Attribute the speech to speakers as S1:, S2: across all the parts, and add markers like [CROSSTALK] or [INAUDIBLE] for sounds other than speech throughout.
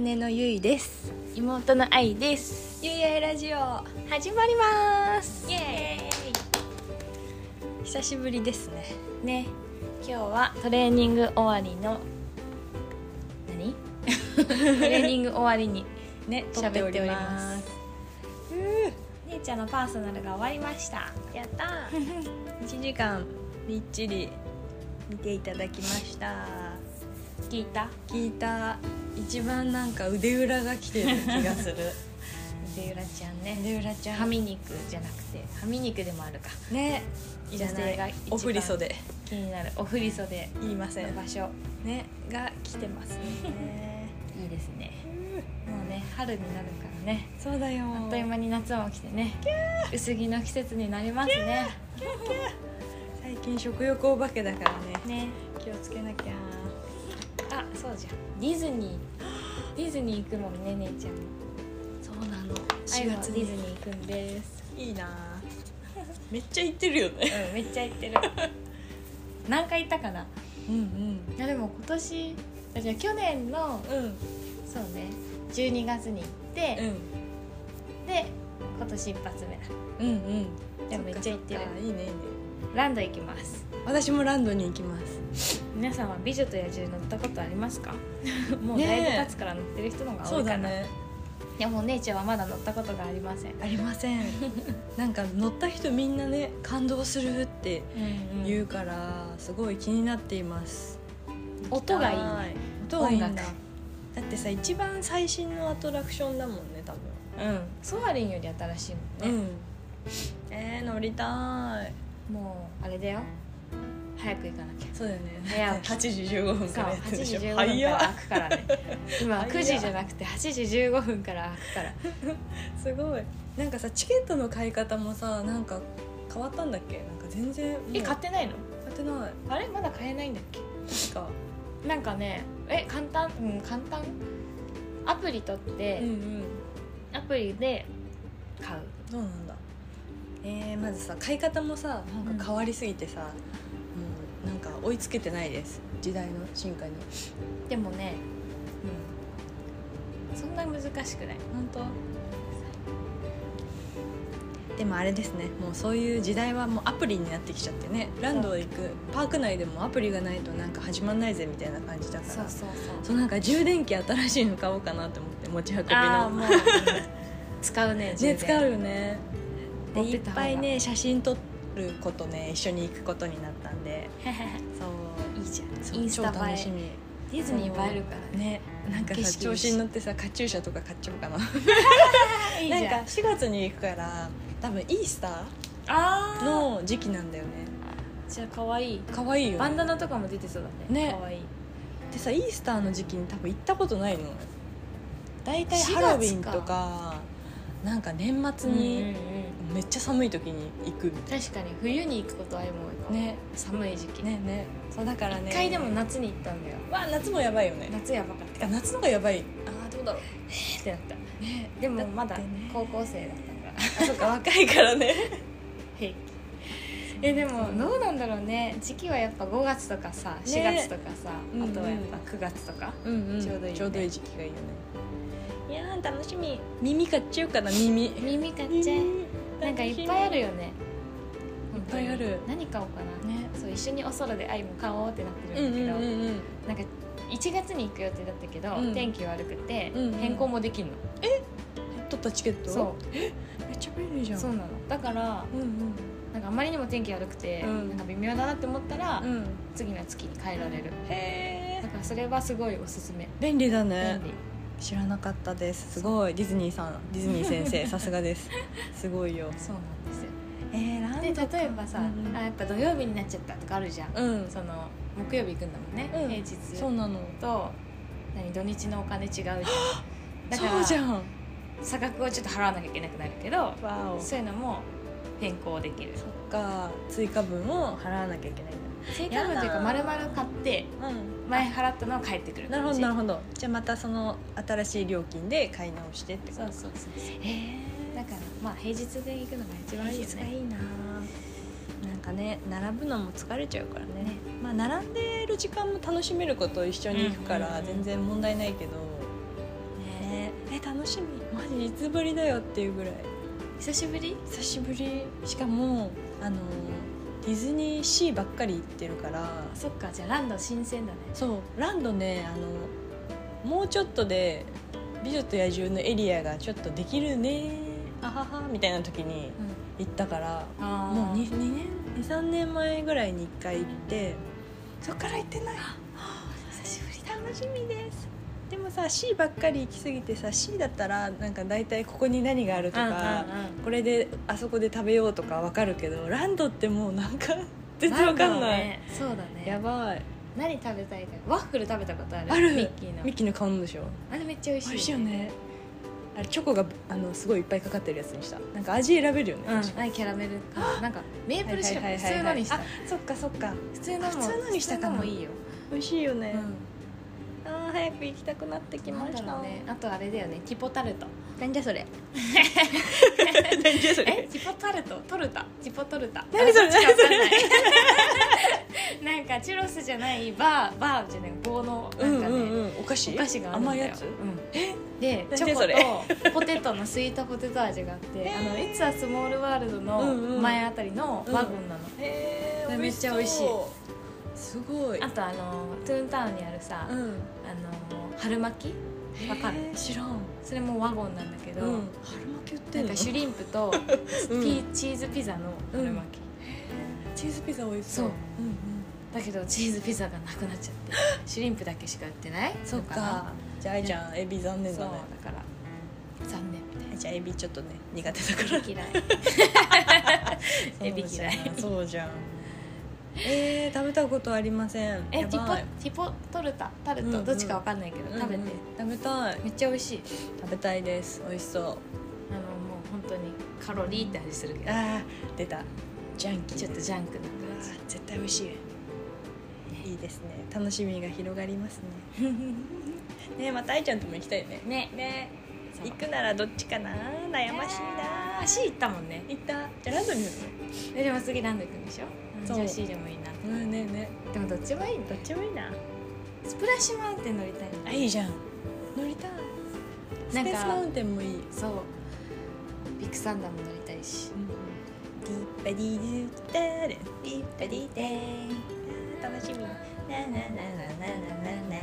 S1: 姉のゆいです
S2: 妹の愛です
S1: ゆいあいラジオ
S2: 始まります
S1: イエ久しぶりですね
S2: ね今日はトレーニング終わりの
S1: [LAUGHS]
S2: 何トレーニング終わりに
S1: ね
S2: 喋っており
S1: 撮
S2: ま
S1: っ
S2: す
S1: て
S2: 姉ちゃんのパーソナルが終わりましたやったー
S1: お
S2: [LAUGHS]
S1: ります1時間みっちり見ていただきました
S2: 聞いた
S1: 聞いた一番なんか腕裏が来てる気がする
S2: [LAUGHS] 腕浦ちゃんね
S1: 腕裏ちゃん
S2: 歯み肉じゃなくて歯み肉でもあるか
S1: ね
S2: 女性が一番
S1: お振り袖
S2: 気になるお振り袖
S1: 言いませ
S2: の
S1: ん
S2: 場所
S1: ねが来てます [LAUGHS] ね
S2: いいですねもうね春になるからね
S1: そうだよ
S2: あっという間に夏も来てね薄着の季節になりますね
S1: 最近食欲お化けだからね
S2: ね
S1: 気をつけなきゃ
S2: あそうじゃんディズニーディズニー行くもんね姉ちゃんも
S1: そうなの
S2: 愛
S1: 4
S2: は
S1: 月
S2: ディズ
S1: に
S2: ニー行くんです
S1: いいなめっちゃ行ってるよね
S2: うんめっちゃ
S1: [LAUGHS]
S2: 行ってる何回行ったかな
S1: うん
S2: いやでも今年あじゃあ去年の
S1: うんうん
S2: そうね12月に行って、
S1: う
S2: で今年一発目だ
S1: んうんうん
S2: でもめっちゃ行ってる
S1: そかそかいいねいいね
S2: ランド行きます
S1: 私もランドに行きます
S2: 皆さんは「美女と野獣」乗ったことありま
S1: [LAUGHS]
S2: すかもう
S1: ね
S2: だ
S1: え
S2: いぶ経つから乗ってる人の方が多いかな、でもお姉ちゃんはまだ乗ったことがありません、
S1: ありま [LAUGHS] せんなんか乗った人みんなね感動するって言うからすごい気になっています
S2: 音がいいね
S1: 音がいいんだ
S2: 音楽
S1: だってさ一番最新のアトラクションだもんね多分
S2: うんソアリンより新しいもんね、
S1: ねえー、乗りたい
S2: もうあれだよ早く行かなきゃ
S1: そうだよね
S2: 早 [LAUGHS] 起き
S1: 8時15分
S2: そ
S1: か
S2: う
S1: らやって
S2: 8
S1: るで
S2: 時
S1: しょ
S2: 15分か
S1: 早
S2: ら
S1: っ
S2: 開くから [LAUGHS] ね今は
S1: 早い
S2: 9時じゃなくて8時15分から開くから
S1: すごいなんかさチケットの買い方もさなんか変わったんだっけなんか全然もう
S2: え買ってないの
S1: 買ってない
S2: あれまだ買えないんだっけ
S1: 確か
S2: なんかねえ簡単うん簡単アプリ取っ
S1: う
S2: て
S1: んう、ん
S2: アプリで買う
S1: どうなんだえー、まずさ買い方もさなんか変わりすぎてさ、もうなんか追いつけてないです時代の進化に
S2: でもねうんそんな難しくない
S1: 本当でもあれですねもうそういう時代はもうアプリになってきちゃってねランド行くパーク内でもアプリがないとなんか始まんないぜみたいな感じだから
S2: そうそうそう
S1: そうなんか充電器新しいの買おうかなって思って持ち運び
S2: ああ
S1: の
S2: もう使うね充
S1: ね
S2: 電
S1: 使うよねで
S2: 持っ
S1: い
S2: て
S1: った
S2: 方が
S1: ぱいね写真撮ることね一緒に行くことになったんでそう
S2: いいじゃ
S1: そ
S2: ん
S1: う
S2: インスタ
S1: 超楽
S2: 映
S1: し
S2: え
S1: み
S2: [LAUGHS] ディズニー映えるからね
S1: ねなんか
S2: 景
S1: さ調
S2: 色いいし
S1: 子に乗ってさカチューシャとか買っちゃおうかな
S2: いいじ
S1: なん
S2: ゃん
S1: か4月に行くから多分イースタ
S2: あ
S1: ーの時期なんだよね
S2: じゃあ可愛い
S1: 可愛いよ
S2: バン
S1: ね
S2: ダナとかも出てそうだね
S1: ね
S2: 可愛い
S1: でさイースターの時期に多分行ったことないの大体ハロウィンと
S2: 4月
S1: かなんか年末
S2: うんうんう
S1: に
S2: ん
S1: めっちゃ寒い時に行くみたい
S2: 確かに冬に行くことはも多いかも
S1: ね
S2: 寒い時期
S1: なねねそうだからね
S2: 一回でも夏に行ったんだよ
S1: わ夏もやばいよね
S2: 夏やばかった
S1: てか夏の方がやばいああどうだろ
S2: ってなった
S1: うね
S2: でもまだ
S1: だってね
S2: 高校生だった
S1: [LAUGHS]
S2: から
S1: あそっか若いからね
S2: 平気えでもどうなんだろうね時期はやっぱ5月とかさ4月とかさ、
S1: うんうん
S2: あとはやっぱ9月とか、
S1: うんうん
S2: ちょうどいいね
S1: ちょうどいい時期がいいよねいやー楽しみ耳買っちゃうかな耳
S2: 耳買っちゃえなんかいっぱいある
S1: よ
S2: よね
S1: いっぱいある
S2: 本当に何買おうかな、
S1: ね
S2: そう一緒にお空で愛も買おうってなって
S1: うん
S2: る
S1: う
S2: んだ
S1: ん
S2: け
S1: うんうん
S2: ど、なんか1月に行く予定だったけど、
S1: うん
S2: 天気悪くて、
S1: うんうん
S2: 変更もできんの
S1: 取ったチケット
S2: そう
S1: めっちゃ便利じゃ
S2: うんそうなのだから
S1: うんうん
S2: なんかあまりにも天気悪くて、
S1: うん
S2: なんか微妙だなって思ったら、
S1: うん
S2: 次の月に変えられる
S1: へ
S2: だ
S1: え
S2: からそれはすごいおすすめ
S1: 便利だね
S2: 便利
S1: 知らなかったですすごいディズニーさんディズニー先 [LAUGHS] 生さすがですすごいよ
S2: そうなんですよ
S1: えー、ラ
S2: で
S1: ンド
S2: 例えばさ、
S1: うんうん
S2: あやっぱ土曜日になっちゃったとかあるじゃん、
S1: うん
S2: その木曜日行くんだもんね、
S1: うん
S2: 平日
S1: そうなの
S2: と何土日のお金違うじゃんだから
S1: そうじゃん
S2: 差額をちょっと払わなきゃいけなくなるけど
S1: わお
S2: そういうのも変更できる
S1: そっか追加分を払わなきゃいけない
S2: 正解分というか
S1: やだー
S2: 丸々買って
S1: んだうん
S2: 前払ったのは返ってくる
S1: なるほどなる
S2: ほ
S1: ほどじゃあまたその新しい料金で買い直してってこと
S2: そうそうそうそうだからまあ平日で行くのが一番いいよね
S1: いいななんかね並ぶのも疲れちゃうからねまあ並んでる時間も楽しめることを一緒に行くか
S2: うんうん
S1: ら
S2: うん
S1: 全然問題ないけど、え楽しみマジいつぶりだよっていうぐらい
S2: 久しぶり
S1: 久しぶりしかもあのディズニーシーばっかり行ってるから
S2: あそっかじゃあランド新鮮だね
S1: そうランドねあのもうちょっとで「美女と野獣」のエリアがちょっとできるねあははみたいな時に
S2: うん
S1: 行ったから
S2: あ
S1: もう 2, 2年23年前ぐらいに1回行ってそっから行ってない
S2: 久しぶりだ
S1: 楽しみですでもさ C ばっかり行き過ぎてさ C だったらなんか大体ここに何があるとか、
S2: うんうんうん
S1: これであそこで食べようとかわかるけどランドってもうなんか全然わかん
S2: だろう
S1: ない、
S2: ねそうだ
S1: や
S2: ね
S1: ばい
S2: 何食べたいかワッフル食べたことある
S1: ある
S2: ミッキーの
S1: ミッキーの顔のでしょ
S2: あれめっちゃ美味しい
S1: 美味しいよねあれチョコがあのすごいいっぱいかかってるやつにしたなんか味選べるよね、
S2: うん
S1: 確か
S2: はいキャラメルかなんかメープルシロップ普通のにした
S1: あそっかそっか
S2: 普通のも
S1: あ普通のにしたかな
S2: 普通のもいいよ
S1: 美味しいよね
S2: う、
S1: あ
S2: ん
S1: ー早く行きたくなってきま
S2: なん
S1: した
S2: だろう
S1: [LAUGHS]
S2: ねあとあれだよねティポタルト
S1: なんじゃそれなんじゃそ
S2: え
S1: れ
S2: チポタルトトルタチポトルタ
S1: 何それ
S2: あどっちかわかんない [LAUGHS] なんかチュロスじゃないバーバーじゃない棒のなんかね、
S1: うんうんうん、お菓子
S2: お菓子があるん
S1: 甘
S2: だよ
S1: いやつ
S2: うんで
S1: 何
S2: チョ
S1: それ
S2: コとポテトのスイートポテト味があって、
S1: えー
S2: あのいつはスモールワールド
S1: うんう
S2: の
S1: ん
S2: 前あたりのワゴンなの、
S1: へー
S2: めっちゃ美味しい
S1: そうすごい
S2: あとあのトゥーンタウンにあるさ、
S1: う
S2: あ
S1: ん
S2: の春巻きわかる
S1: へー知らん
S2: それもワゴンなんだけど、
S1: うん春巻き売って
S2: なんん
S1: の
S2: かシュリンプとピ
S1: うん
S2: ーチーズピザの春巻き、
S1: チーズピザ美味しそう
S2: そう
S1: うんうん
S2: だけどチーズピザがなくなっちゃってシュリンプだけしか売ってない
S1: そっ
S2: の
S1: かじゃあ愛ちゃんエビ残
S2: な
S1: 念
S2: そう
S1: だ
S2: だ
S1: ね
S2: から残念みたいな
S1: じゃあエビちょっとね苦手だから [LAUGHS]
S2: 嫌い
S1: エ
S2: エ
S1: ビ
S2: ビ
S1: 嫌
S2: 嫌
S1: い
S2: い
S1: そうじゃんえー、食べたことありません
S2: え
S1: や
S2: ティ
S1: ば
S2: ポ
S1: い
S2: ティポトルタタルト、
S1: うんうん
S2: どっちかわかんないけど食べて、
S1: うんうん食べたい
S2: めっちゃ美味しい
S1: 食べたいです美味しそう
S2: あのもう本当にカロリーって味するけど
S1: あー出たジャンキー
S2: ちょっとジャンクな感
S1: うわ
S2: じ
S1: ー絶対美味しいいいですね楽しみが広がります [LAUGHS] ねねまた愛ちゃんとも行きたいね
S2: ね
S1: ね
S2: そう
S1: 行くならどっちかな悩ましい
S2: あ
S1: な
S2: ー C 行ったもんね
S1: 行ったじゃあランドに乗る
S2: えでも次ランド行くんでしょ
S1: そう
S2: じゃあ C でもいいな
S1: のうんねえね
S2: でもどっちもいいね
S1: えどっちもいいな
S2: スプラッシュマウンテン乗りたい
S1: あいいじゃん乗りたい
S2: な
S1: ス
S2: んか
S1: ペースマウンテンもいい
S2: そうビッグサンダーも乗りたいし
S1: ディッパディーズダーレンディッパディーデーンあー楽しみななななななななな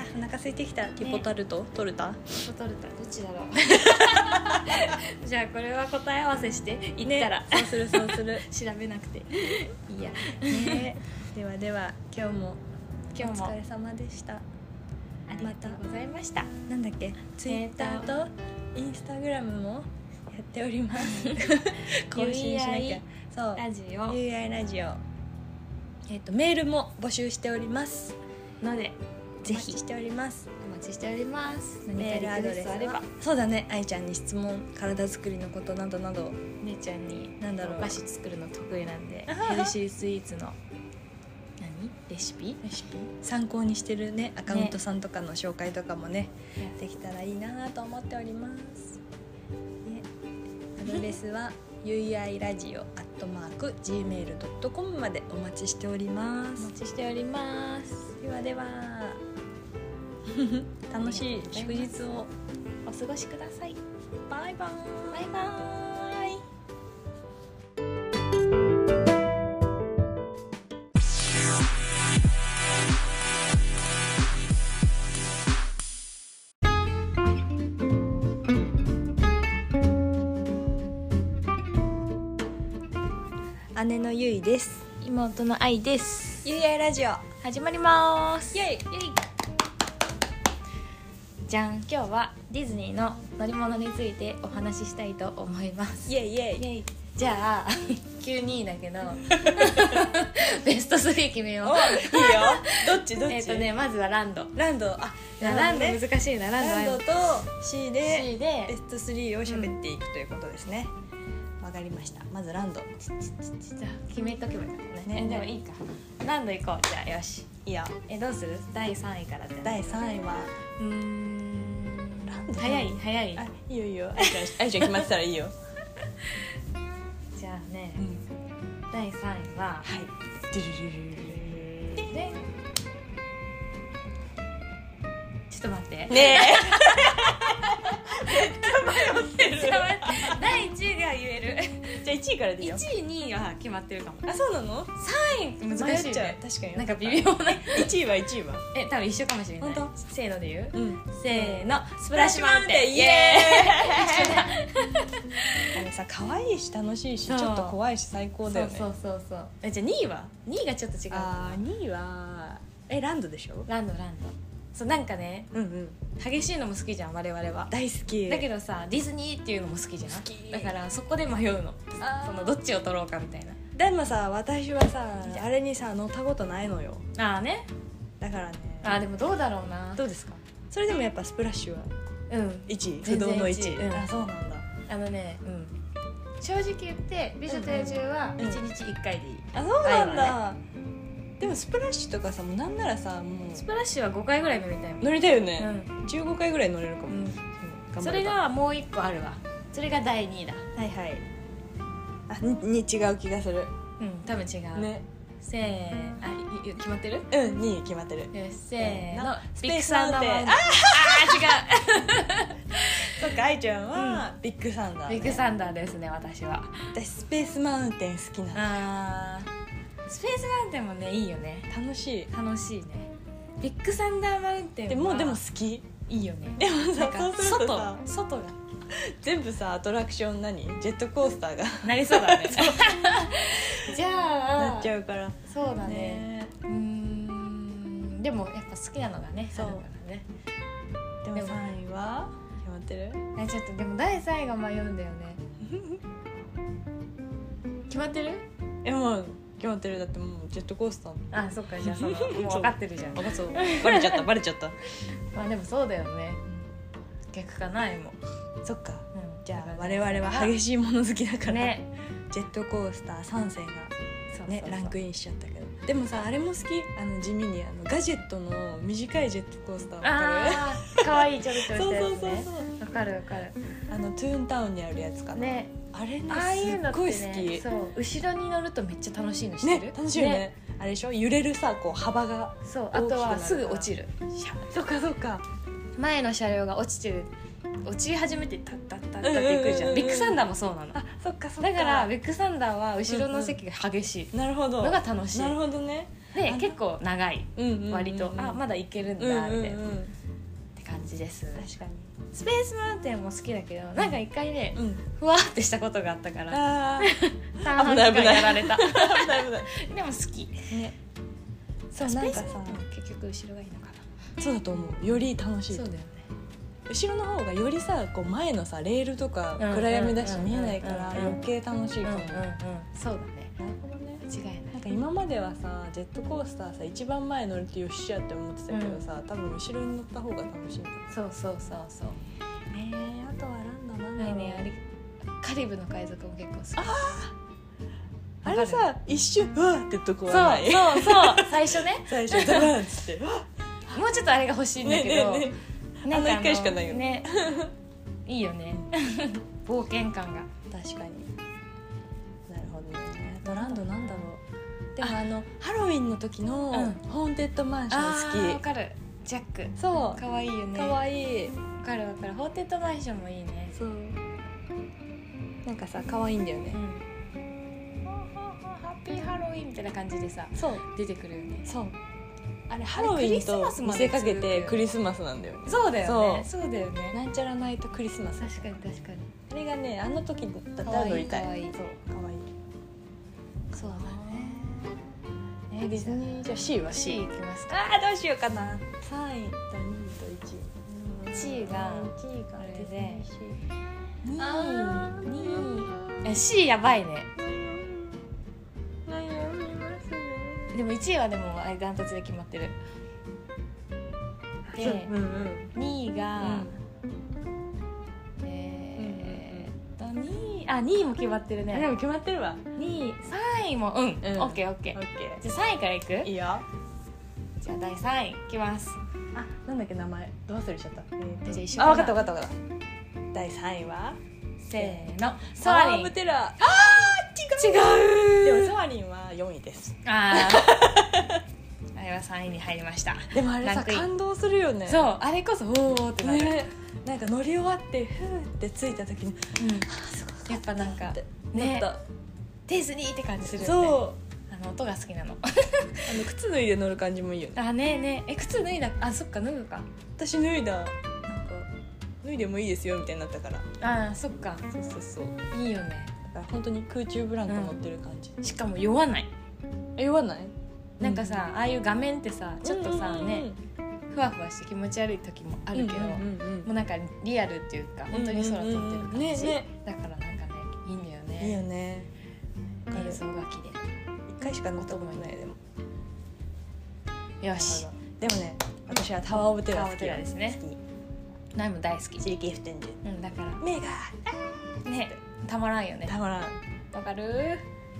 S1: あーお腹空いてきたティポタルト、トルタ
S2: ポトルタどっちだろうじゃあこれは答え合わせして行ったら、
S1: そうするそうす [LAUGHS] る
S2: 調べなくていいや
S1: ねではでは今日も
S2: 今
S1: お
S2: 日も
S1: 疲れ様でした
S2: ありがとうございました
S1: なんだっけツイッターとインスタグラムもやっております [LAUGHS] 更新しなきゃそう
S2: ラジ
S1: 「
S2: オ
S1: UI ラジオ」えっ、とメールも募集しております
S2: ので
S1: ぜ
S2: ぜ
S1: ひ
S2: ひ
S1: しております
S2: お待ちしております何か
S1: メー
S2: リ
S1: ルア
S2: ク
S1: ド
S2: エ
S1: レ
S2: ス
S1: ス
S2: トあれば
S1: はそうだね愛ちゃんに質問体作りのことなどなど
S2: 姉ちゃんに
S1: なんだろう
S2: お菓子作るの得意なんで
S1: あ
S2: ヘルシースイーツの何レシピ
S1: レシピ参考にしてるねアカウントさんとかの紹介とかもねできたらいいなと思っております、ね、アドレスは UI ラジオアットマーク gmail.com までお待ちしておりま
S2: お
S1: す
S2: 待ちしております
S1: ではで [LAUGHS] は楽しい祝日を
S2: お過ごしください
S1: バイバーイ
S2: バイバーイ
S1: 姉のゆいです
S2: 妹の愛です
S1: ゆいあいラジオ
S2: 始まります
S1: イエイ
S2: じゃん今日はディズニーの乗り物についてお話ししたいと思います
S1: イエイイエイ
S2: イエイじゃあ [LAUGHS] 急に
S1: [LAUGHS]
S2: だけどベスト3決めよ
S1: お
S2: う
S1: いいよどっちどっち、
S2: えっとねまずはランド
S1: ランドあ
S2: ランド
S1: ね
S2: 難しいなランド
S1: ランド
S2: は
S1: と C で
S2: C で
S1: ベスト3を喋っていくということですねわ、かりましたまずランド
S2: ちょっと決めとけばよかったね
S1: ね
S2: えでもいいかランド行こうじゃあよし
S1: いや
S2: えどうする第三位からって
S1: 第3位は
S2: うーん
S1: ランド
S2: 早い早い
S1: あいいよいいよ愛ちゃん愛ちゃん決まってたらいいよ、
S2: じゃあね
S1: うん、
S2: 第三位は
S1: はい
S2: でちょっとちょっと待って
S1: ね
S2: [LAUGHS] じゃあ第1位が言え
S1: [LAUGHS] えじゃあ1位からで
S2: る
S1: いいよ
S2: 1位2位は決まってるかも
S1: あそうなの
S2: 3位難しいね
S1: 確かに
S2: なんか微妙な
S1: 1位は1位は
S2: え多分一緒かもしれない
S1: 本
S2: せーので言う
S1: うん
S2: せーのス
S1: ス
S2: プラッシュマウンテンイ
S1: イ
S2: エ
S1: エーイ [LAUGHS] あれさ可愛いし楽しいしち
S2: そ
S1: ょ
S2: う
S1: っと怖いし最
S2: ー
S1: 高
S2: イ
S1: だよね
S2: そうそうそうそうえじゃあ2位は2位がちょっと違う
S1: ああ2位はえランドでしょ
S2: ランドランドそうなんかね
S1: うんうん
S2: 激しいのも好きじゃん我々は
S1: 大好き
S2: だけどさディズニーっていうのも好きじゃん
S1: 好き
S2: だからそこで迷うの
S1: あー
S2: そのどっちを取ろうかみたいな
S1: でもさ私はさあれにさ乗ったことないのよ
S2: ああね
S1: だからね
S2: あーでもどうだろうな
S1: どうですかそれでもやっぱスプラッシュは
S2: うん
S1: 1位不
S2: 全然
S1: 動の
S2: 一
S1: 1
S2: 位
S1: 位、
S2: うん
S1: あそうなんだ
S2: あのねうん正直言って「美女と野獣」は
S1: ん
S2: 一日一回でいい、
S1: あそうなん
S2: 愛
S1: だ、でもスプラッシュとかさもうなんならさも
S2: ス
S1: う
S2: プラッシュは5回ぐらい乗りたいもん、
S1: 乗りたいよ
S2: う
S1: ね、
S2: ん
S1: 15回ぐらい乗れるかも、
S2: うん
S1: 頑張れば
S2: それがもう一個あるわそれが第2位だ
S1: はいはいあにに違う気がする
S2: うん多分違う、
S1: ね
S2: せーあいい決まってる
S1: うん2位決まってる
S2: よしせーの
S1: ス
S2: ビ
S1: ペー
S2: ッグ
S1: ス
S2: サ
S1: マウ
S2: ン
S1: ン
S2: ダー
S1: テン
S2: マウンテン
S1: あ
S2: あー違
S1: そっか愛ちゃんは、ビッグサンダー、
S2: う
S1: ね、 [LAUGHS]
S2: ビッグサンダーですね私は
S1: 私スペースマウンテン好きなの
S2: あースペースマウンテンもねいいよね
S1: 楽しい
S2: 楽しいねビッグサンダーマウンテンは
S1: でもうでも好き
S2: いいよね
S1: でも
S2: な
S1: さ
S2: んか
S1: そうすると
S2: 外
S1: さ [LAUGHS]
S2: 外が
S1: 全部さアトラクション何ジェットコースターが
S2: なりそうだね [LAUGHS] じゃあ
S1: なっちゃうから
S2: そうだね
S1: ね
S2: うーんでもやっぱ好きなのがね
S1: そう
S2: あるからね
S1: でも
S2: でも
S1: 3位は決まってる
S2: あちょっとでも第3位が迷うんだよね決まってる
S1: えもう決まってるだってもうジェットコースター [LAUGHS]
S2: あそっかじゃあそのもう分かってるじゃん
S1: あそうバレちゃったバレちゃった
S2: まあでもそうだよね逆かな絵も、
S1: そっか
S2: うん
S1: じゃあ我々は激しいもの好きだから、
S2: ね
S1: ジェットコースター3選が
S2: そう
S1: ねランクインしちゃったけどでもさあれも好きあの地味にあのガジェットの短いジェットコースターわか
S2: ああ可愛いちょびちょ
S1: る
S2: びし
S1: そう
S2: たや
S1: そう
S2: つ
S1: そう
S2: ね
S1: そう
S2: わかるわかる
S1: あのトゥーンタウンにあるやつかな、
S2: ね
S1: あれね
S2: ああいうのって
S1: すっごい
S2: ね
S1: 好
S2: そう後ろに乗るとめっちゃ楽しいの知
S1: き
S2: って
S1: ね
S2: る
S1: 楽しいよねあれでしょ揺れるさこう幅が
S2: そうあ
S1: 大きくなる
S2: と
S1: から
S2: はすぐ落ちる
S1: そっかそっか
S2: 前の車両が落ちてる落ち始めてタッタッタッタッっていくじゃん,、
S1: うんうんうんうん
S2: ビッグサンダーもそうなのだ
S1: あそっかそっか
S2: からビッグサンダーは後ろの席が激しい
S1: なるほど
S2: のが
S1: な
S2: 楽しい、
S1: るほどねあ
S2: で
S1: の
S2: 結構長い
S1: うんうんうんうん
S2: 割と、あまだいけるんだ
S1: うんうん
S2: っ
S1: う
S2: て,、
S1: ん
S2: って感じです
S1: 確かに
S2: スペースマウンテンも好きだけどなんか一回ね
S1: うん
S2: ふわってしたことがあったから
S1: あ
S2: [LAUGHS]
S1: ー
S2: 三半
S1: 危ない
S2: 規
S1: 危
S2: 管
S1: ない
S2: やられ [LAUGHS] た
S1: 危ない危ない
S2: でも好き
S1: ねそう
S2: スペ
S1: なん
S2: ー
S1: か
S2: ス
S1: さ
S2: 結局後ろがいいのかな
S1: そうだと思うより楽しい
S2: そうだよね
S1: 後ろの方がよりさこう前のさレールとか
S2: うん
S1: 暗闇だし
S2: うん
S1: 見えないから
S2: うん
S1: 余計楽しい
S2: うん
S1: か
S2: う
S1: も、
S2: んうんそうだね
S1: なるほどね
S2: 間違いな
S1: ないんか今まではさジェットコースターさ一番前乗るってよっしゃって思ってたけどさ、多分後ろに乗った方が楽しいんだね
S2: そうそうそうそう
S1: あとはランドなん
S2: 来年あれカリブの海賊も結構好き
S1: あれ
S2: わ
S1: さ一瞬うわーってとこは
S2: か
S1: ない
S2: るそうそうそう [LAUGHS] 最初ね
S1: 最初ザランっつってわ
S2: もうちょっとあれが欲しい
S1: ー
S2: んだ
S1: ねね
S2: けど、
S1: ねあ
S2: なん
S1: の一回しかないよ
S2: ね [LAUGHS] いい
S1: [LAUGHS]
S2: よね冒険感が
S1: 確かになるほどねドランドなんだろうでもあのハロウィンの時の
S2: う
S1: ホーンテッドマンシ
S2: ー
S1: ョン
S2: わ
S1: 好き
S2: かるジャック
S1: そう
S2: かわいいよね
S1: かわいい
S2: わかるわかるホーテッドマンションもいいね
S1: そうなんかさ可愛いんだよ
S2: う
S1: ね
S2: んハッピーハロウィンみたいな感じでさ
S1: そう
S2: 出てくるよね
S1: そうあれハロウィンと見せかけてクリスマスなんだよね
S2: そうだよね
S1: そ
S2: そうだよね
S1: なんちゃらナイトクリスマス
S2: 確かに確かに
S1: あれがねあの時だった
S2: 可
S1: ら
S2: 愛い
S1: 乗りたい
S2: 可愛い
S1: そう可愛い
S2: そうだね
S1: えディズニーじゃあ C は
S2: C いきますか
S1: あーどうしようかな3位と2位と1位
S2: C が
S1: 1位が
S2: あれで
S1: ディズニーシー
S2: あー
S1: 2位
S2: え C やばいね
S1: 悩みますね
S2: でも1位はでもあれダントツで決まってるで
S1: うんうん
S2: 2位が、えー、っと2位あ2位も決まってる
S1: あで
S2: ね
S1: も決まってるわ
S2: 2位3位もうん、オッケーオッケ
S1: オ
S2: ー
S1: ッケ
S2: じゃあ3位からいく
S1: ーいいよあ
S2: じゃあ第3位いきます
S1: なんだっけ名前どう忘れしちゃった
S2: とじゃあ一緒
S1: あ
S2: か
S1: わか
S2: な
S1: ったわかったわかった第三位は
S2: せーのソ
S1: ソア
S2: ア
S1: リ
S2: リ
S1: ン
S2: ン
S1: ブテラ
S2: 違う [LAUGHS]
S1: でもソアリンは四位です
S2: あーあれは3位に入りました
S1: でもあれ
S2: ラ
S1: さ
S2: ンクイン
S1: 感動するよね
S2: そうあれこそおーってなる、
S1: ねなんか乗り終わってふーって着いた時に
S2: うん
S1: あーすごかった
S2: やっぱなんか
S1: って
S2: ね
S1: なっ
S2: ディズニーって感じす
S1: た
S2: るよね
S1: そう
S2: あの音が好きなの
S1: あの靴脱いで乗る感じもいいよね
S2: あねえねええ靴脱いだあそっか脱ぐか
S1: 私脱いだなんか脱いでもいいですよみたいになったから
S2: あーそっか
S1: そうそうそうだ
S2: いいよね
S1: から本当に空中ブランコ乗ってる感じ、
S2: しかも酔わない
S1: え言わない
S2: なんかさ、ああいう画面ってさちょっとさ、ねふわふわして気持ち悪い時もあ
S1: あ
S2: るけど、もう
S1: ど
S2: なんかリアルっていうか本当に空飛んでる感
S1: う
S2: じ、
S1: んうんうんねね
S2: だからなんかねいいんだよね
S1: いいよねわかる
S2: 映像が綺
S1: 一回しか乗ったことないでも
S2: 麗よし
S1: でもね私はタワーオブテラー好き
S2: タワーオブテラーですね何も大好き
S1: 好きリキフテンで
S2: うんだか
S1: 目が
S2: らねたまらんよね
S1: たまらん
S2: わかる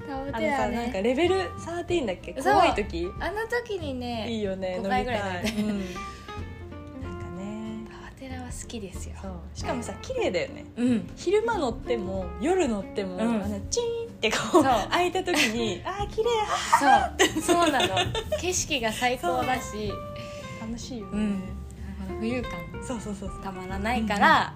S2: タオル
S1: あ
S2: テ
S1: の
S2: ラ
S1: さ
S2: ー
S1: なんか
S2: ね
S1: レベル13だっけ
S2: そう
S1: 怖い時
S2: あの時にね
S1: いいよね
S2: 5
S1: 乗
S2: 回
S1: り
S2: ぐら
S1: た
S2: い
S1: い
S2: 乗りたい
S1: うんなんかね
S2: タワテラは好きですよ
S1: そうしかもさ綺麗だよね
S2: うん
S1: 昼間乗っても夜乗っても、
S2: うん
S1: あのチーンってこ
S2: そう
S1: う開いた時 [LAUGHS] にあー綺麗
S2: そうそうなの景色が最高だし
S1: あ楽しいよね、
S2: うんこの浮遊感
S1: そうそうそうそう
S2: たまらないから、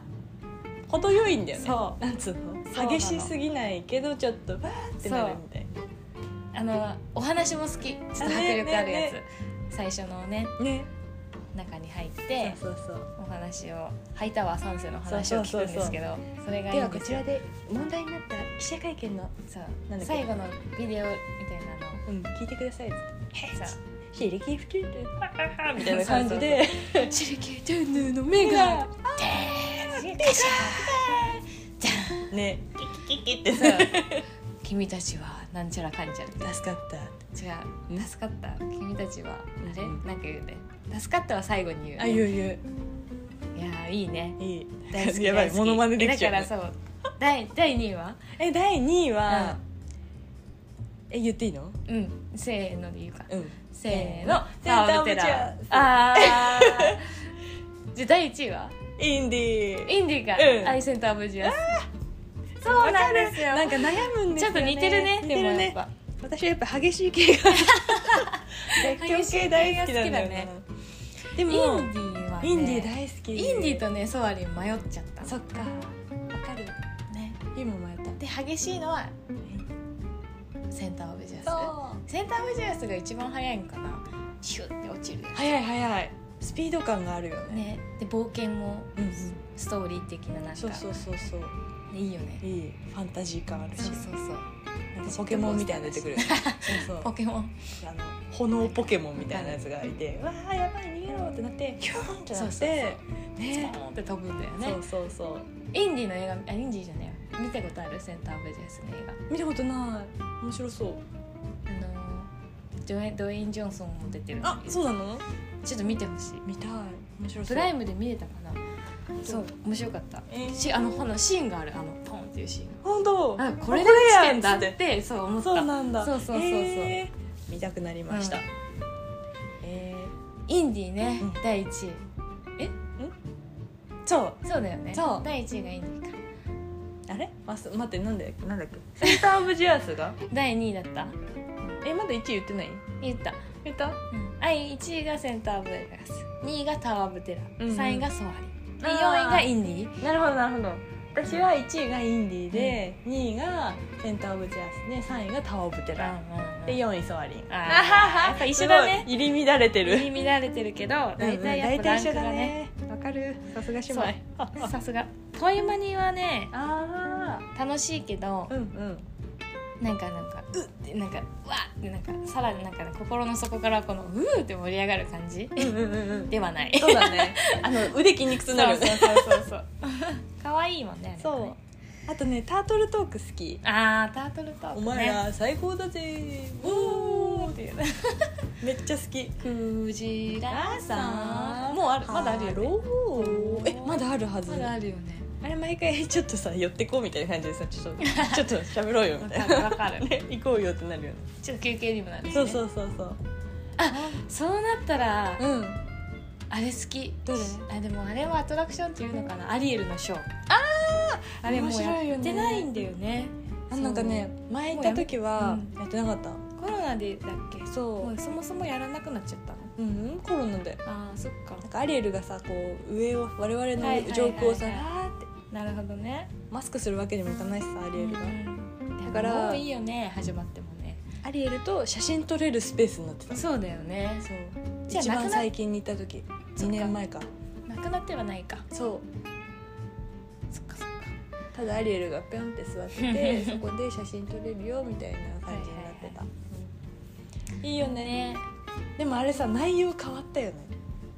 S1: 程よいんだよね
S2: そ
S1: なんつう
S2: そう
S1: の
S2: なの
S1: 激しすぎないけどちょっとわーってなるみたい
S2: あのお話も好きちょっと迫力あるやつ、
S1: ねねね
S2: 最初のね
S1: なね
S2: 中に入って
S1: そうそうそう
S2: お話をハイタワー三世の話を聞くんですけどそれがい
S1: で
S2: い
S1: は
S2: ん
S1: こ
S2: で
S1: ち
S2: すよ
S1: らで問題になった記者会見の、
S2: そう
S1: なんだっけ
S2: 最後のビ
S1: [LAUGHS]
S2: デオみたいなの
S1: うん、聞いてくださいっつって
S2: さ
S1: 「ヒリキフテンテンハハハ」みたいな感じで
S2: 「チリケトゥンヌーの目
S1: 目
S2: が
S1: が」
S2: でカシャー
S1: ねキキキキって
S2: じゃんそう君たちはなんちゃらかんちゃらって
S1: 助かった
S2: 違う助かった君たちはあれ
S1: うん
S2: なんか言うね助かったは最後に言うね
S1: あゆうゆ
S2: いやーいいね
S1: ういい
S2: 大好
S1: [LAUGHS]
S2: き
S1: やばい
S2: 大好き
S1: モノマネできちゃう、
S2: だからそう第第2位は
S1: [LAUGHS] え第2位は、
S2: うん
S1: え言っていいの
S2: うんせーので言うか
S1: うん
S2: せーの
S1: センター
S2: オ
S1: オブチェア
S2: あーじゃあ第1位は
S1: インディー
S2: インディが、
S1: うん
S2: アイセンターオブジアスそうなんですよ
S1: なんか悩むんです
S2: ちょ
S1: よ、
S2: っ
S1: ね、
S2: と似てるね
S1: 似てる
S2: でもやっ
S1: ね
S2: ぱ
S1: 私はやっぱ激しい系が絶
S2: [LAUGHS]
S1: 叫系大好きなんだよねで
S2: イン
S1: も
S2: ディーはね
S1: インディー大好き
S2: インディーとねソワリン迷っちゃった
S1: そっかわかる
S2: ね
S1: 今迷った
S2: で激しいのはセンターオブジア
S1: そう
S2: スセンターオブジアスが一番速いんかなシュッて落ちるや
S1: 早い早いスピード感があるよ
S2: つ
S1: ね
S2: ねで冒険も
S1: うんうん
S2: ストーリー的ななんか
S1: そうそうそうそう
S2: でいいよね
S1: いいファンタジー感あるし
S2: そうそうそう
S1: なんかポケモンみたいなの出て
S2: [LAUGHS]
S1: くるそうそう
S2: ポケモン
S1: あの炎ポケモンみたいなやつがいて「わあやばい逃げろ」ってなってヒューンってな
S2: そう
S1: っ
S2: そうそ
S1: て
S2: うね
S1: ね
S2: って飛ぶんだよね
S1: そうそうそう
S2: インディーの映画あインディーじゃないわ見たことあるセンターオブジェスの映
S1: 見たことない面白そう
S2: 画あのージョエドウェイン・ジョンソンも出てるんだ
S1: あ
S2: けど
S1: そうなの
S2: ちょっと見てほしい
S1: 見たい面白そう
S2: プライムで見れたかなそう面白かった
S1: えー
S2: しあのほんのシーンがあるあのポンっていうシーン
S1: 本当
S2: あこれ
S1: あ
S2: で落ちてんだ
S1: や
S2: っ
S1: つ
S2: てそう思った
S1: そうなんだ
S2: そうそうそうそう
S1: えー見たくなりました
S2: うん
S1: え
S2: インディーね、
S1: うん
S2: 第1位
S1: ーそう
S2: そうだよね
S1: そう
S2: 第1位がインディーか
S1: あれま待ってなんだっけなんだっけセンターオブジアースが
S2: 第2位だった
S1: えまだ1位言ってない
S2: 言った、
S1: 言った
S2: うん、第1位がセンターオブエラス2位がタワーオブテラ、
S1: うんうん
S2: 3位がソワリで4
S1: あー
S2: 位がインディー
S1: なるほどなるほど私は1位がインディーで、2位がセンターオブジアースで3位がタワーオブテラー、で
S2: で4
S1: 4位ソワリン
S2: あーやっぱ一緒だ
S1: す
S2: ね
S1: ごい入り乱れてる
S2: 入り乱れてるけど大体やっぱランクがね
S1: わかるさすが姉
S2: そう
S1: 妹
S2: さすがトイマニはね
S1: あ
S2: 楽しいけ
S1: あ
S2: ど
S1: うんうん
S2: なんかなんかうってなんかうわってなんかさらになんか、ね、心の底からこのうーって盛り上がる感じ
S1: うんうんうんうん
S2: ではない
S1: そうだね [LAUGHS] あの腕筋肉痛になるよね
S2: そうそうそう
S1: [LAUGHS]
S2: そう可愛いもんねあれはね
S1: あとねタートルトーク好き
S2: あータートルトーク、ね、
S1: お前ら最高だぜ
S2: おーっていう
S1: めっちゃ好き
S2: クジラさん
S1: もうあるまだある
S2: や
S1: や
S2: ろ
S1: ろえまだあるはず
S2: まだあるよね
S1: あれ毎回ちょっとさ寄ってこうみたいな感 [LAUGHS] じでさちょっとちょっと喋ろうよ
S2: わ
S1: み
S2: か
S1: たい
S2: る
S1: な
S2: わか
S1: [LAUGHS]
S2: る
S1: ね行こうよってなるよね
S2: ちょっと休憩にもなるし、ね、
S1: そうそうそうそう
S2: そうなったら、
S1: うん
S2: あれ好き
S1: どれ
S2: あでもあれはアトラクションっていうのかなアリエルのショーあああれもうやってないんだよね
S1: あなんかね前行った時は
S2: も
S1: やってなかった
S2: コロナナでだっけ
S1: そう
S2: もうそもそもやらなくなっちゃったの
S1: うんうんコロナで
S2: あーそっか
S1: なんかアリエルがさこう上を我々
S2: はいはい
S1: の上空をさ
S2: はいはい
S1: あーって
S2: なるほどね
S1: マスクするわけにもいかないしさアリエルが、
S2: うん
S1: だから
S2: もういいよね始まってもね
S1: アリエルと写真撮れるスペースになってたの
S2: そうだよね
S1: そう
S2: じゃあ
S1: 一
S2: なく
S1: 番
S2: な
S1: 最近に行った時
S2: そっ
S1: 2
S2: か
S1: 年前か
S2: なくなってはないか
S1: そう
S2: そっかそっか
S1: ただアリエルがピョンって座って
S2: [LAUGHS]
S1: てそこで写真撮れるよみたいな感じになってた、
S2: は
S1: う
S2: い
S1: んいいよね
S2: ね
S1: でもあれさ内容変わったよ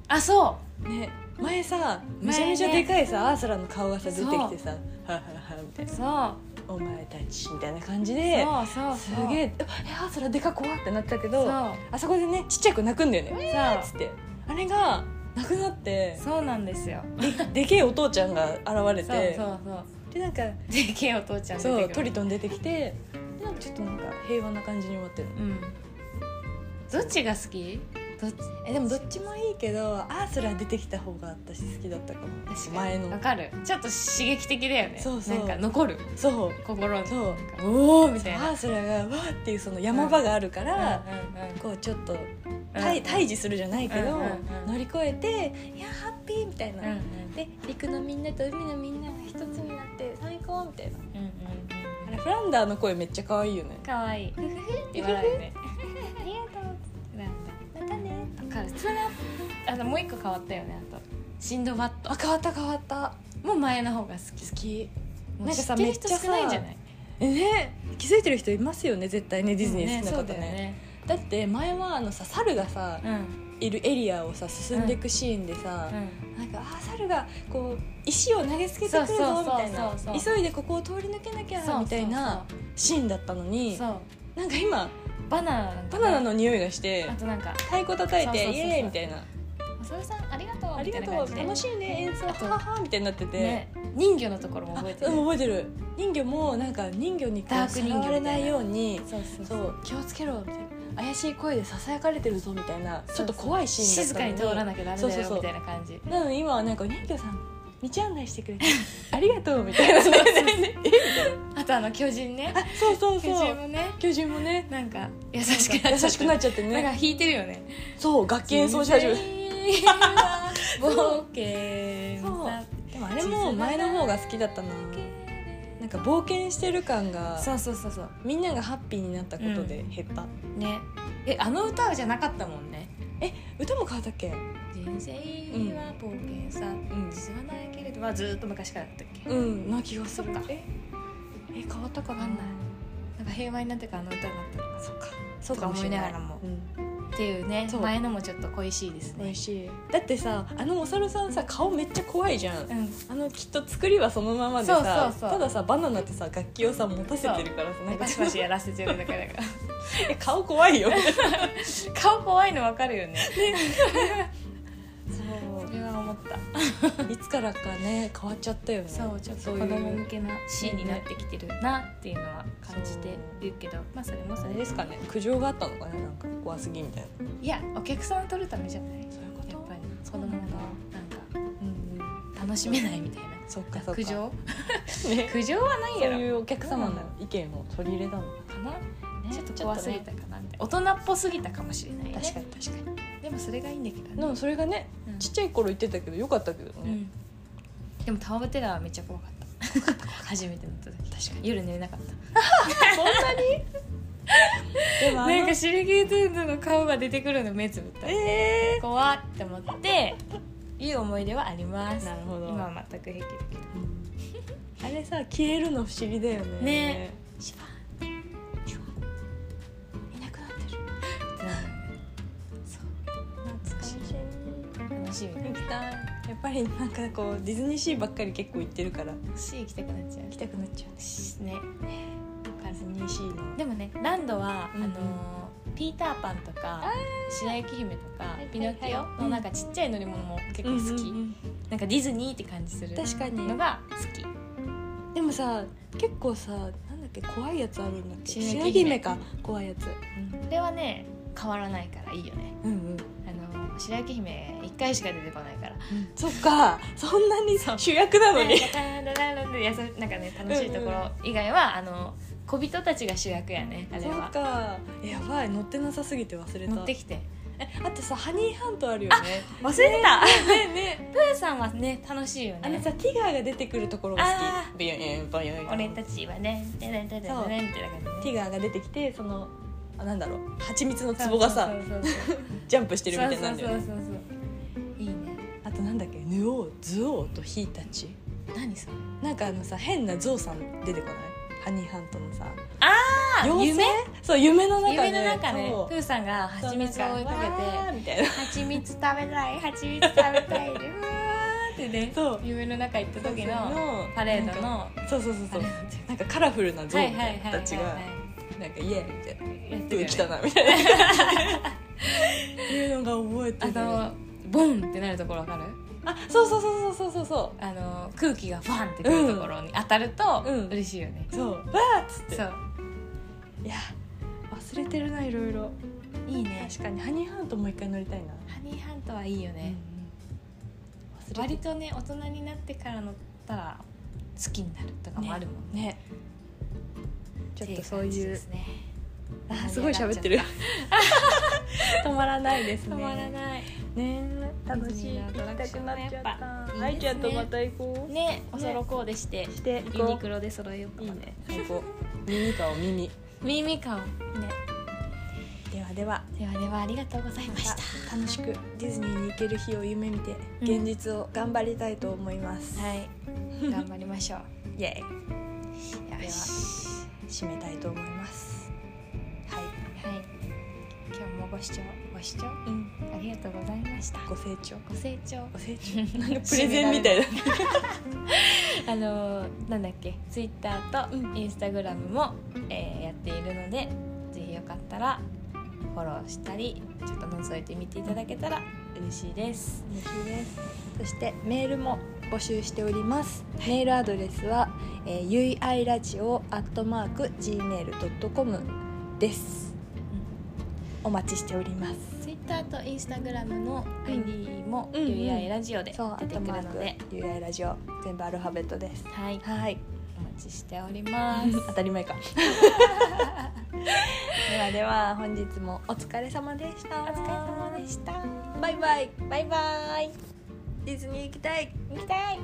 S2: あそ
S1: ねね前さめ
S2: 前ね
S1: ちゃめちゃでかいさ、アーサラの顔がさ出てきてさ「はははみたいうな
S2: そうそ
S1: 「お前たち」みたいな感じ
S2: う
S1: で
S2: そう
S1: す
S2: そう
S1: げえ「えアーサラでか怖っ」ってなったけ
S2: そ
S1: ど
S2: う
S1: あそこでねちっちゃく泣くんだよね
S2: そう
S1: っつってあれがなくなって
S2: そうなんですよ
S1: でけえお父ちゃんが現れ
S2: そう
S1: て
S2: そうそう
S1: でなんか
S2: でけえお父ちゃん出てく
S1: そ
S2: る
S1: うトリトン出てきてでなんかちょっとなんか平和な感じに終わってる
S2: うんどっちが好きどっち
S1: えでもどっちもいいけどアースラ出てきた方が私好きだったかも
S2: 確か
S1: 前
S2: にわ
S1: の
S2: かるちょっと刺激的だよね
S1: そうそう
S2: なんか残る
S1: そう
S2: 心に
S1: そう
S2: なんか
S1: おおみたい
S2: そう
S1: なアースラがわーっていうその山場があるから、
S2: うんうんうん
S1: こうちょっと対対峙するじゃないけど、
S2: うんうんうん
S1: 乗り越えて「いやハッピー」みたいな、
S2: うんうん
S1: で陸のみんなと海のみんなが一つになって最高みたいな
S2: うんうん
S1: あ
S2: う
S1: れフランダーの声めっちゃ可愛いよね
S2: んかわいい
S1: ふふふっ
S2: ってて
S1: 笑
S2: 笑
S1: う
S2: う
S1: ね
S2: ね
S1: ありがとうまたね
S2: わかるそれはあのもう一個変わったよねあとシンドバッド
S1: あ変わった変わった
S2: もう前の方が好
S1: 好き
S2: き
S1: なんかさ
S2: 知ってる人
S1: めっちゃさ
S2: 少ないんじゃない
S1: えね気づいてる人いますよね絶対ねディズニー好きな方ね,、
S2: うん
S1: だって前はあのさ猿がさ
S2: そうだよね
S1: いるエリアをさ進んでいくシーンでさ
S2: うん、うん
S1: なんかあー猿がこう石を投げつけてくるぞ
S2: そうそうそう
S1: みたいな
S2: そう
S1: 急いでここを通り抜けなき
S2: そう
S1: ゃみたいな
S2: そう
S1: シーンだったの
S2: そう
S1: に
S2: そう
S1: なんか今
S2: バナナなん
S1: バ
S2: かね
S1: ナナの匂いがして
S2: あとなんか
S1: 太鼓叩い
S2: そうそ
S1: て
S2: うそう
S1: イ
S2: そう
S1: エーイみたいな
S2: 「それさんありがとう」
S1: あり
S2: みた
S1: が
S2: い
S1: と
S2: な感じ
S1: う
S2: で
S1: 楽しいね演奏は
S2: あと
S1: ははみたいになってて、
S2: ね人魚のところも
S1: あ
S2: 覚えて
S1: う
S2: る
S1: ん覚えてる人魚もなんか人魚にこう
S2: ダーク人魚み
S1: さ
S2: た
S1: らわれ
S2: いな
S1: ないように
S2: そうそう
S1: そ
S2: そう
S1: う気をつけろみたいな怪しい声でささやかれてるぞみたいなちょっと怖いシーン
S2: 静
S1: だった
S2: か
S1: の
S2: に通らなきゃダメ
S1: そう
S2: だ
S1: そうそ
S2: よ
S1: う
S2: みたいな感じ
S1: なのに今はなんか人魚さん道案内してくれてありがとうみた
S2: [LAUGHS]
S1: いなね
S2: あとあの巨人ね
S1: あそうそう
S2: 巨
S1: そ [LAUGHS]
S2: 人
S1: う
S2: もね
S1: 巨人もね
S2: なんか優しくなっちゃ
S1: 優
S2: っ
S1: したくなっちゃって
S2: なんか
S1: ね
S2: 弾いてるよね
S1: そう楽器演奏し始めた
S2: 人間は [LAUGHS] 冒険
S1: そう
S2: さ
S1: でもあれも前の方が好きだったななんか冒険してる感が
S2: そうそうそうそう
S1: みんながハッピーになったことで減った、
S2: ねえあの歌じゃなかったもんね
S1: 歌も変わったっけ
S2: 人生は冒険さ
S1: ん
S2: 実はないけれどはずっと昔からだったっけ
S1: うんな気がす
S2: そっ
S1: る
S2: か
S1: ええ変わったか
S2: わかんないなんか平和になってからあの歌になったのか
S1: そっかそう
S2: かもしれない
S1: うん、
S2: っていうね
S1: そう
S2: 前のもちょっと恋しいです
S1: 美
S2: ね
S1: 味しいだってさあのお猿さんさ顔めっちゃ怖いじゃん、
S2: うん
S1: あのきっと作りはそのままでさ
S2: そうそうそ
S1: た
S2: う
S1: ださバナナってさ楽器をさ持たせてるからさなんか
S2: バシバシやらせてるだけだから
S1: え顔怖いよ
S2: [LAUGHS] 顔怖いのわかるよね
S1: そ
S2: それは思った
S1: ういつからかね変わっちゃったよね
S2: そうちょっと
S1: そうい
S2: 子
S1: う
S2: 供向けなシーンになってきてるなっていうのは感じてるけどまあそれもそ
S1: あ
S2: れ
S1: れ
S2: で
S1: ですかね苦情があったのかねなんか怖すぎみたいない
S2: やお客さんを取るためじゃないや
S1: そういうこ
S2: っぱり子
S1: そ
S2: 供
S1: う
S2: が
S1: な
S2: なんん
S1: だ
S2: か
S1: うんうん
S2: 楽しめないみたいな
S1: そっかそっか
S2: 苦情
S1: ね
S2: 苦情はない
S1: そう
S2: やろ
S1: いうお客様の意見を取り入れたの
S2: かな、
S1: ね
S2: ちょっと怖すぎたかなみたいな大人っぽすぎたかもしれないね
S1: 確かに確かに
S2: でもそれがいいんだけど
S1: で
S2: ね
S1: もそれがね
S2: うん
S1: ちっちゃい頃言ってたけどよかったけど
S2: う
S1: ね、
S2: んでもタワーブテラーはめっちゃ怖かった [LAUGHS] 初めて乗った時確かに夜寝れなかった
S1: そんなに [LAUGHS] でもあの
S2: なんかシルゲートゥンドの顔が出てくるの目つぶった
S1: え
S2: 怖って思っていい思い出はあります
S1: なるほど
S2: 今は全く平気だけど
S1: ー [LAUGHS] あれさ消えるの不思議だよね
S2: ね
S1: シュワンシュワンいなくなって [LAUGHS] る
S2: そう
S1: 懐かしい
S2: 楽しみだね
S1: 行きたいやっぱりなんかこうディズニーシーばっかり結構行ってるから行
S2: C 行きたくなっちゃう
S1: きたくなっちゃうね
S2: しね
S1: ディズニーシーの
S2: でもねランドは、
S1: うん
S2: あのーピーターパンとか白雪姫とか
S1: いはい
S2: ピノキ
S1: う
S2: オの
S1: ん
S2: なんかちっちゃい乗り物も結構好き、
S1: うんうんうん
S2: なんかディズニーって感じする
S1: 確かに
S2: のが好き
S1: でもさ結構さなんだっけ怖いやつあるんだっけ
S2: 白雪姫
S1: 白雪姫か怖いやつ
S2: これはね変わらないからいいよね
S1: うんうん
S2: あの白雪姫一回しか出てこないから
S1: そっかそんなに主役なのに [LAUGHS]
S2: [LAUGHS] なんかタララララでやさなんかね楽しいところ以外はあの小人たちが主役やねあれ
S1: そう
S2: は
S1: かえやばい乗ってなさすぎて忘れた
S2: 持ってきて
S1: えあとさハニーハントあるよね
S2: 忘れてた、
S1: ねねね
S2: プーさんはね楽しいよね
S1: あのさティガーが出てくるところが
S2: あ
S1: 好きビヨンビヨンビヨン
S2: 俺たちはね「でねでねで
S1: そう
S2: ね」みたいな感じ
S1: テ
S2: ね
S1: ィガーが出てきてそのあなんだろう蜂蜜の壺がさ
S2: そうそうそうそう
S1: ジャンプしてるみたいになんだよね
S2: そうそうそうそういいね
S1: あとなんだっけヌオーズオーとヒーたち
S2: 何それ
S1: なんかあのさ変なゾウさん出てこないハニーハントのさ
S2: あ
S1: 妖精
S2: 夢
S1: そう夢の中で
S2: 夢の中ね
S1: そう
S2: プーさんが蜂蜜を追
S1: そ
S2: いか
S1: うなんわ
S2: け
S1: ーみたいな
S2: て蜂蜜食べたい蜂蜜食べたいでうわーってね
S1: そう
S2: 夢の中行った時の
S1: の
S2: パレードの
S1: そうそうそうそうなんかカラフルなゾウたちがなんかイエーイみたいな
S2: やって
S1: プー
S2: るよ
S1: 来
S2: ね
S1: たなみたいな
S2: [LAUGHS]
S1: っていうのが覚えて
S2: あ
S1: る
S2: のボンってなるところわかる
S1: あそうそうそうそうそうそうそ
S2: あの空気がファンってくるところに当たると
S1: うん
S2: 嬉しいよね、
S1: うそうわーっつって
S2: そう
S1: いや忘れてるないろいろ
S2: いいね
S1: 確かにハニーハントもう一回乗りたいな
S2: ハニーハントはいいよね、
S1: 忘れ
S2: 割とね大人になってから乗ったら好きになるとかもあるもんね
S1: ねちょっとそう
S2: て感じ
S1: い
S2: で
S1: う
S2: すね
S1: あ [LAUGHS] すごい喋ってる止まらないですね
S2: 止まらない
S1: ね楽しい
S2: ディズニーのアトラクションねやっぱいいですね
S1: 愛ちゃんとまた行こう
S2: ねおそろこうでして、
S1: して
S2: ユニクロで揃えようか
S1: いい
S2: な
S1: ね最高耳かお耳
S2: 耳かね
S1: ではでは
S2: ではではありがとうございました
S1: また楽しくディズニーに行ける日を夢見て
S2: うん
S1: 現実を頑張りたいと思います、
S2: はい頑張りましょう
S1: イエ
S2: [LAUGHS] では
S1: イでは締めたいと思いますはい、
S2: はい今日もご視聴ご視聴ありがとうございました
S1: ご清聴
S2: ご清聴
S1: ご清 [LAUGHS] 聴なんかプレゼンみた [LAUGHS] いな
S2: あのーなんだっけツイッターと
S1: うん
S2: インスタグラムも、えーやっているのでぜひよかったらフォローしたりちょっと覗いてみていただけたら嬉しいです
S1: 嬉しいですそしてメールも募集しております、メールアドレスは、えー、ゆいあいラジオアットマーク gmail.com です、お待ちしております
S2: ツイッターとインスタグラムの
S1: うん
S2: ID も「
S1: うんうん
S2: ゆいあいラジオ」で
S1: そうア
S2: 出
S1: ッ
S2: て
S1: ト
S2: く
S1: マ
S2: る
S1: ー
S2: の
S1: ク
S2: で、
S1: ゆいあいラジオ全部アルファベットです
S2: はい、
S1: はい
S2: お待ちしております
S1: [LAUGHS] 当たり前 [LAUGHS] かではでは本日もお疲れ様でした
S2: お疲れ様でした
S1: バイバイ
S2: バイバイ
S1: ディズニー行きたい
S2: 行きたい